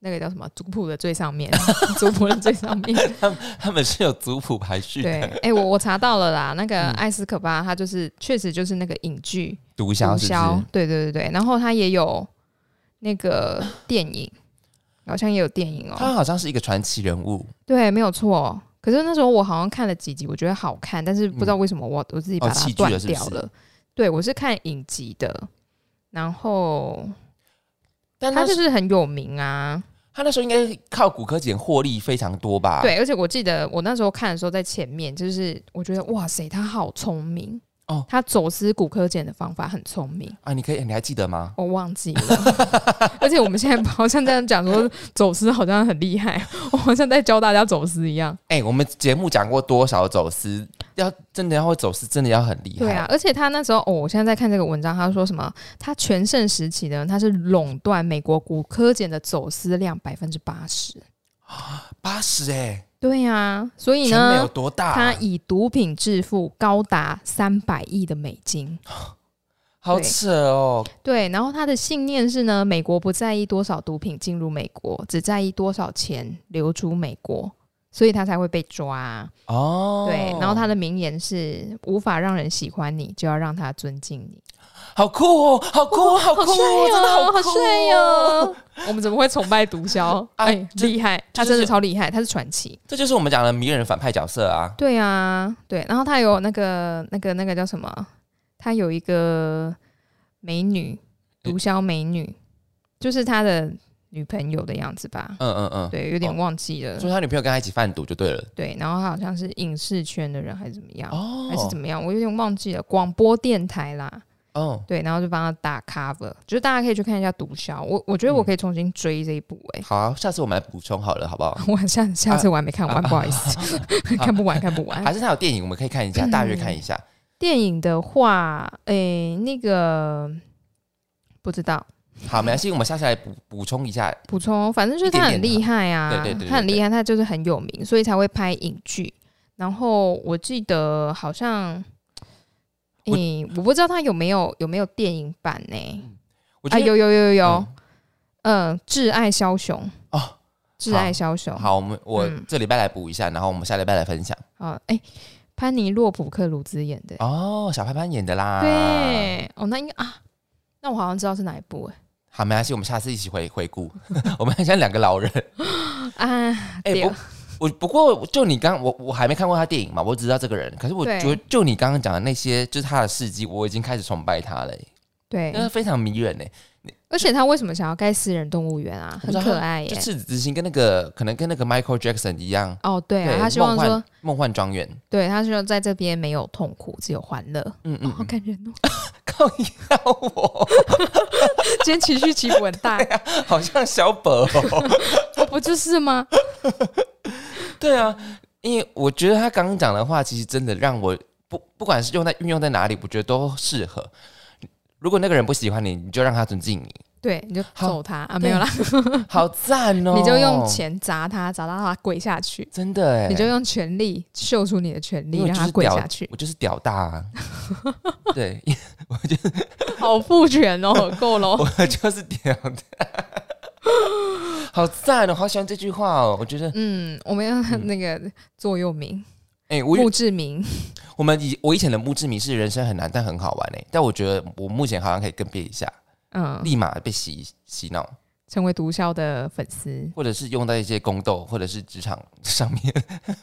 那个叫什么族谱的最上面， 族谱的最上面。
他们是有族谱排序
对，
的，
哎、我我查到了啦，那个
嗯
艾斯可巴，他就是确实就是那个影剧
毒
毒
枭是不
枭
是？，
对对对对，然后他也有那个电影，好像也有电影哦、
他好像是一个传奇人物
对，没有错。可是那时候我好像看了几集，我觉得好看，但是不知道为什么我、我自己把
哦
它
弃剧
断
了是不
掉
是
了。对，我是看影集的，然后
但
他
他
就是是很有名啊。
他那时候应该靠骨科碱获利非常多吧？
对，而且我记得我那时候看的时候，在前面就是我觉得哇塞，他好聪明
哦
他走私骨科碱的方法很聪明。
啊，你可以，你还记得吗？
我忘记了， 而且我们现在好像这样讲说走私好像很厉害， 我好像在教大家走私一样。
哎、我们节目讲过多少走私，要真的要会走私，真的要很厉害。
对啊，，而且他那时候哦，我现在在看这个文章，他说什么？他全盛时期呢，他是垄断美国骨科碱的走私量百分之八十。
八十哎，
对呀、啊，所以
全美有
呢，
多大、啊
他以毒品致富高达三百亿的美金。
好扯哦！
对，然后他的信念是呢，美国不在意多少毒品进入美国，只在意多少钱流出美国，所以他才会被抓。
哦，
对，然后他的名言是：无法让人喜欢你，就要让他尊敬你。
好酷哦，好酷哦，好酷
好帅
哦，真的
哦，
酷
好帅
哦！
哦！我们怎么会崇拜毒枭？
啊
哎，
这
厉害，他真的超厉害，他是传奇。
这就是我们讲的迷人反派角色啊！
对啊，对，然后他有那个那个那个叫什么？他有一个美女，毒枭美女，就是他的女朋友的样子吧？
嗯嗯
对，有点忘记了
嗯，。所以他女朋友跟他一起贩毒就对了。
对，然后他好像是影视圈的人还是怎么样，
哦，
还是怎
么？
么样？我有点忘记了。广播电台啦，
哦，
对，然后就帮他打 cover，就是大家可以去看一下《毒枭》，我我觉
嗯
得我可以重新追这一部哎、
好啊，下次我们来补充好了，好不好？
我下
啊
下次我还没看完，不好意思， 看不完看不完。
还是他有电影，我们可以看 一下，大约看一下。
电影的话，诶、那个不知道
好，没关系，我们下次来补补充一下。
补充，反正就是他很厉害啊，
一点点对对对对
他很厉害，他就是很有名，所以才会拍影剧。然后我记得好像，
我
诶、我不知道他有没有有没有电影版呢、
我觉
啊，
得、
有有有有有
嗯，
嗯，挚爱枭雄》
哦，
挚爱枭雄》
好，我们我
嗯
这礼拜来补一下，然后我们下礼拜来分享。
好，哎、潘尼洛普克鲁兹演的、
哦，小潘潘演的啦。，
对，哦，那应该啊，那我好像知道是哪一部哎、
好，没关系，我们下次一起回回顾。 我们很像两个老人。
啊，
哎、
对
不，我不过就你刚我我还没看过他电影嘛，我只知道这个人。可是我
对
觉得就你刚刚讲的那些，就是他的事迹，我已经开始崇拜他了、欸，
对
因为，他非常迷人欸呢、
而且他为什么想要盖私人动物园啊？
我
很
知道
可
他
爱耶、
就赤子之心跟那个可能跟那个 Michael Jackson 一样，
哦，对啊，
对
他希望
梦幻
说，
梦幻庄园。
对他希望在这边没有痛苦，只有欢乐，
嗯 嗯，
好感人哦。
靠要我，
今天情绪起伏很大，
啊好像小本哦。
我不就是吗？
对啊，因为我觉得他刚刚讲的话，其实真的让我不不管是用在运用在哪里，我觉得都适合。如果那个人不喜欢你，你就让他尊敬你，
对，你就
好
揍他啊，没
对
有啦，
好赞哦！
你就用钱砸他，砸到他跪下去。
真的哎，
你就用权力秀出你的权
因
力，
为
让
我就
他
是
跪
屌
下去，
我就是屌大、 啊，对，
好父权哦，够了。
我就是屌大， 好赞哦，好喜欢这句话哦，我觉得，
嗯，我们要那个座右铭，
哎、嗯我
墓志铭。
我们以我以前的墓志铭是人生很难但很好玩哎、但我觉得我目前好像可以跟别一下，
嗯，
立马被洗洗脑，
成为毒枭的粉丝，
或者是用在一些宫斗或者是职场 上面，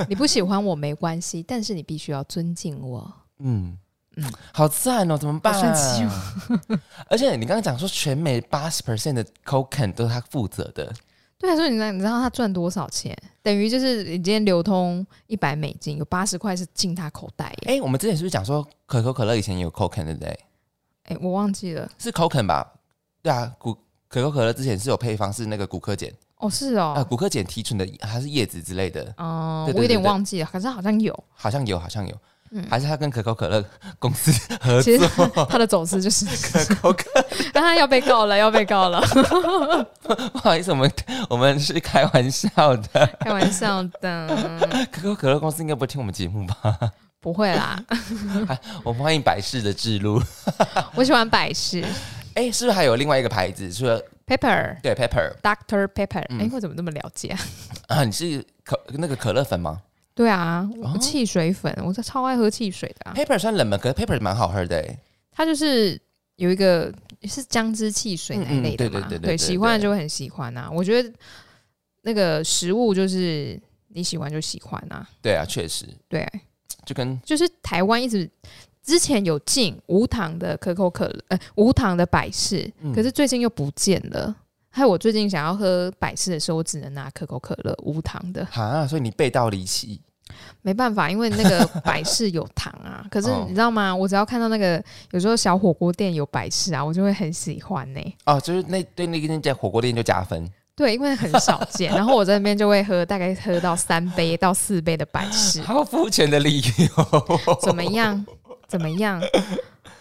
你不喜欢我没关系， 但是你必须要尊敬我。
嗯
嗯。
好赞哦！怎么办、
好神哦奇
而且你刚刚讲说，全美八十 percent 的 cocaine 都是他负责的，
对啊，所以你知道你知道他赚多少钱？等于就是你今天流通一百美金，有八十块是进他口袋耶。
哎、我们之前是不是讲说可口可乐以前也有 Coke 对不对？
哎、我忘记了。
是 Coke 吧？对啊，骨可口可乐之前是有配方是那个骨科碱、
哦，是
啊，
哦，
骨科碱提纯的还是叶子之类的，
嗯，
啊对对
我有点
对对
忘记了，可是好像有。
好像有，好像有，
嗯
还是他跟可口可乐公司 合
其实
作？
他的走私就是，
呃 可口可
但他要被告了，要被告了，
不好意思，我们我们是开玩笑的。
开玩笑的，
可口可乐公司应该不会听我们节目吧？
不会啦，
我们欢迎百事的制 度。
我喜欢百事
哎、是不是还有另外一个牌子？说
Pepper。
对 Pepper
Doctor Pepper，哎、
嗯
我怎么那么了解啊？
啊？你是可那个可乐粉吗、
对啊，
哦
我汽水粉，我是超爱喝汽水的、啊。
p e p p e r 算冷门，可是 Pepper 蛮好喝的、欸。
它就是有一个是姜汁汽水那一类的嘛，
嗯嗯对对对对对
喜欢的就会很喜欢啊。我觉得那个食物就是你喜欢就喜欢啊，
对啊，确实，
对，
就跟
就是台湾一直之前有进无糖的可口可乐，呃，无糖的百事，
嗯
可是最近又不见了。还有我最近想要喝百事的时候，我只能拿可口可乐无糖的，
啊，所以你背道离弃，
没办法，因为那个百事有糖 啊。可是
哦
你知道吗？我只要看到那个有时候小火锅店有百事啊，我就会很喜欢呢、
哦，就是那对那个那家火锅店就加分，
对，因为很少 见，然后我在那边就会喝，大概喝到三杯到四杯的百 事，
好肤浅的理由。
怎么样？怎么样？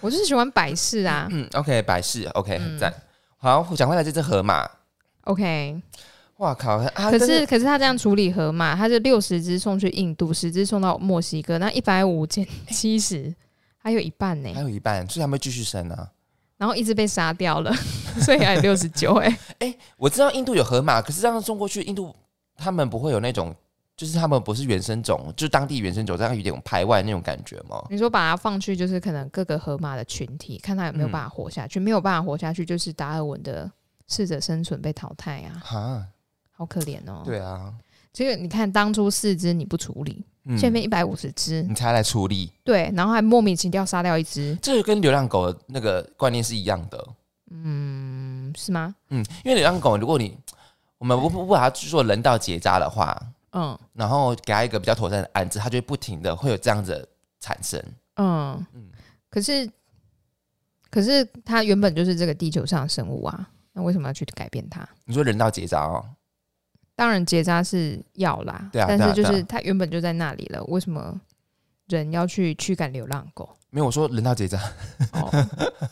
我就是喜欢百事啊。
嗯，OK，百事 OK
嗯
很赞。好，讲回来这只河马，
OK，
哇靠！啊、
可
真的
是可是他这样处理河马，他就六十只送去印度，十只送到墨西哥，那一百五减七十，还有一半呢、
还有一半，所以他们会继续生啊。
然后一只被杀掉了，所以还有六十九哎。
我知道印度有河马，可是这样送过去，印度他们不会有那种，就是他们不是原生种，就是当地原生种，这样有点排外那种感觉吗？
你说把它放去，就是可能各个河马的群体，看它有没有
嗯
办法活下去，没有办法活下去，就是达尔文的适者生存被淘汰啊，
哈，
好可怜哦。，
嗯对啊，
这个你看当初四只你不处理，
嗯
现在一百五十只
你，才来处理，
对，然后还莫名其妙杀掉一只，
这个跟流浪狗的那个观念是一样的。
嗯，是吗？
嗯，因为流浪狗，如果你我们不不不把它去做人道结扎的话，
嗯
然后给它一个比较妥善的安置，它就会不停的会有这样子的产生。
嗯
嗯
可是，可是它原本就是这个地球上的生物啊，那为什么要去改变它？
你说人道结扎哦，
当然结扎是要啦，
对啊
但
对
是
啊
就
对
是
啊
它原本就在那里了，为什么人要去驱赶流浪狗？
没有我说人道结扎，
哦，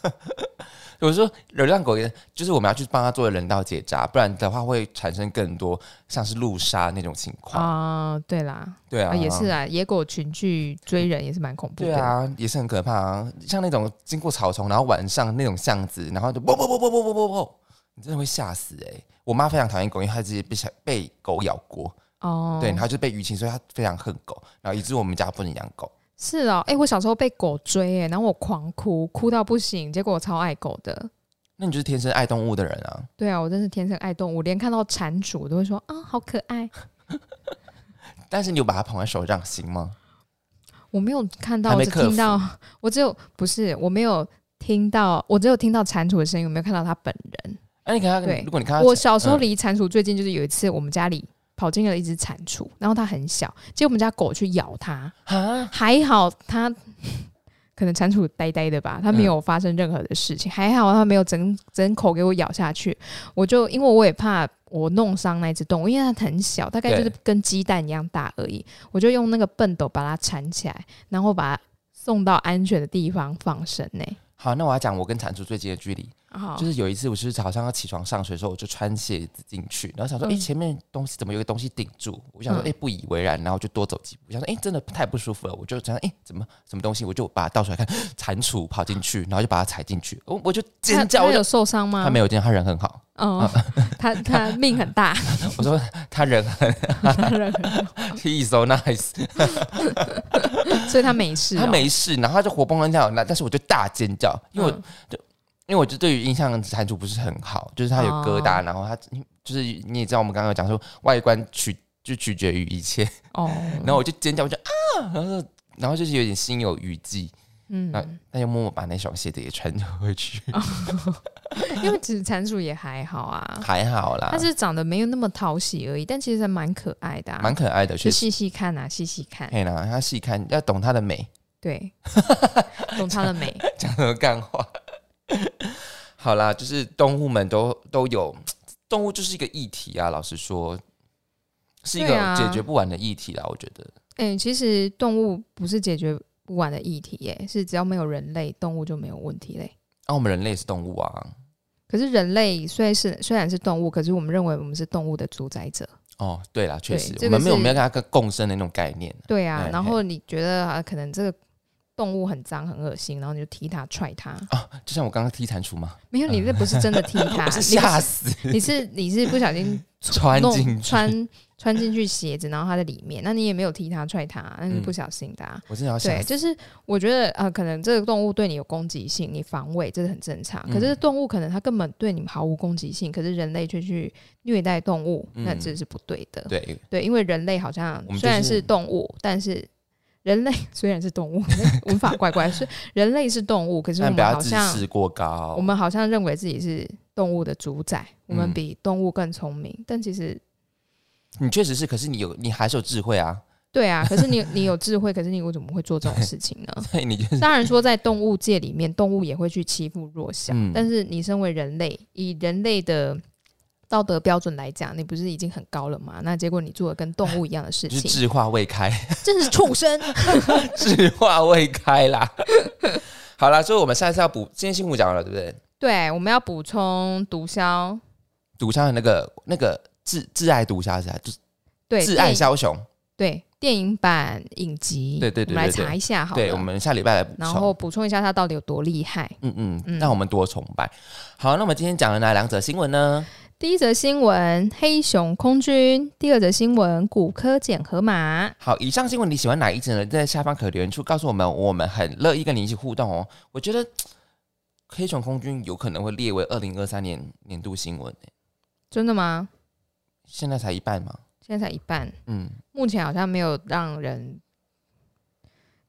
我说流浪狗也就是我们要去帮它做人道结扎，不然的话会产生更多像是路杀那种情况。
啊，对啦，
对啊，
啊也是，啊，野狗群去追人也是蛮恐怖
对
的。
啊，也是很可怕啊。像那种经过草丛，然后晚上那种巷子，然后就啵啵啵啵啵啵啵啵，你真的会吓死哎、我妈非常讨厌狗，因为她自己被小被狗咬过，
哦，
对，然后就被淤青，所以她非常恨狗，然后以致我们家不能养狗。
是哦，哎、我小时候被狗追、哎，然后我狂哭，哭到不行，结果我超爱狗的。
那你就是天生爱动物的人啊。
对啊，我真是天生爱动物，连看到蟾蜍我都会说啊，好可爱。
但是你有把它捧在手掌心吗？
我没有看到，
还
我
没
只
克服
听到，我只有不是，我没有听到，我只有听到蟾蜍的声音，我没有看到它本人。
哎、你看它
对，
如果你看它，
我小时候离蟾蜍最近，就是有一次我们家里跑进了一只蟾蜍，然后它很小，结果我们家狗去咬它，
啊，
还好它可能蟾蜍呆呆的吧，它
嗯
没有发生任何的事情，还好它没有整整口给我咬下去。我就因为我也怕我弄伤那只动物，因为它很小，大概就是
对
跟鸡蛋一样大而已，我就用那个笨斗把它缠起来，然后把它送到安全的地方放生呢、哦
好，那我要讲我跟蟾蜍最近的距离，
好
就是有一次我是早上要起床上学的时候，我就穿鞋子进去，然后想说，
嗯
哎、前面东西怎么有一个东西顶住？我想说，
嗯
哎、不以为然，然后我就多走几步，想说，哎、真的太不舒服了，我就想，哎、怎么什么东西？我就把它倒出来看，蟾蜍跑进去，然后就把它踩进去，我我就尖叫，
它
我
它
就
有受伤吗？
他没有啊尖叫，他人很好，
哦，他他命很大，
我说他人 很，he is so nice，
所以他没事哦、
他没事，然后他就活蹦乱跳，那但是我就大尖叫，因为我
嗯
因为我就对于印象蟾蜍不是很好，就是它有
哦
疙瘩，然后它就是你也知道，我们刚刚有讲说外观取就取决于一切，
哦，
然后我就尖叫，我就啊，然后就然后就是有点心有余悸，那
嗯，
但又默默把那双鞋子也穿回去，
因为其实蟾蜍也还好 啊，
还好啦
它，是长得没有那么讨喜而已，但其实还蛮可爱的、啊，
蛮可爱的，
就
确实。
细细看啊，细细看，
可以啦，他细看要懂它的美，
对，懂它的美，
讲什么干话？ 好啦，就是动物们都都有，动物就是一个议题啊。老实说，是一
对
个
啊
解决不完的议题啦。我觉得，
哎、其实动物不是解决不完的议题耶、是只要没有人类，动物就没有问题嘞。
啊，我们人类也是动物啊。
可是人类虽然是虽然是动物，可是我们认为我们是动物的主宰者，
哦，对啦，确
对
实，
这
我
个
们没有
是
没有跟它跟共生的那种概念。
对啊
哎。
然后你觉得、啊、可能这个动物很脏很恶心，然后你就踢它踹它，
啊就像我刚刚踢蟾蜍嘛，
没有，你那不是真的踢它，
我是吓
你不
死，
是你是你是不小 心
穿
弄
进去。
穿穿进去鞋子，然后它在里面，那你也没有踢它踹它，那是不小心的、啊。
我真的要嗯吓
对，
死。
就是我觉得呃，可能这个动物对你有攻击性，你防卫这是很正常。可是
嗯
动物可能它根本对你毫无攻击性，可是人类却去虐待动物，那
嗯
这是不对的。
对，
对，因为人类好像
我们
虽然
就是
是动物，但是人类 虽然是动物，文法怪怪，是人类是动物，可是我
但不
们
要
好
自
像
视过高
我。们好像认为自己是动物的主宰，我们
哦嗯
比动物更聪明，但其实
你确实是，可是你有你还是有智慧啊，
对啊， 可是你你有智慧，可是你为什么会做这种事 情呢？
所以你就是
当然说，在动物界里面，动物也会去欺负弱小，
嗯
但是你身为人类，以人类的道德标准来讲，你不是已经很高了吗？那结果你做了跟动物一样的事
就是
情，
智化未开，
真是畜生！
智化未开啦。 好啦，所以我们下次要补，今天新闻讲完了，对不对？
对，我们要补充毒枭，
毒枭的那个那个挚挚爱毒枭是吧？就是
对，
挚爱
电影
枭雄，
对电影版影集，
对对对
我们来
对对
查一下好了，
对，我们下礼拜来补
然
充
后。补充一下它到底有多厉害。
嗯嗯，
嗯
让我们多崇拜。好，那我们今天讲了哪两则新闻呢？
第一则新闻：黑熊空军；第二则新闻：骨科捡河马。
好，以上新闻你喜欢哪一则呢？在下方可留言处告诉我们，我们很乐意跟你一起互动哦。我觉得黑熊空军有可能会列为二零二三年年度新闻、欸，
真的吗？
现在才一半嘛。
现在才一半，
嗯，
目前好像没有让人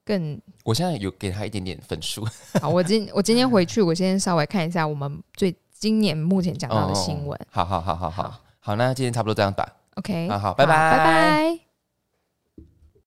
更
我现在有给他一点点分数。
好。我今我今天回去，我先稍微看一下我们最今年目前讲到的新闻。
哦哦好好好好好
好
好，那今天差不多这样吧。
OK，
好好，
好拜拜。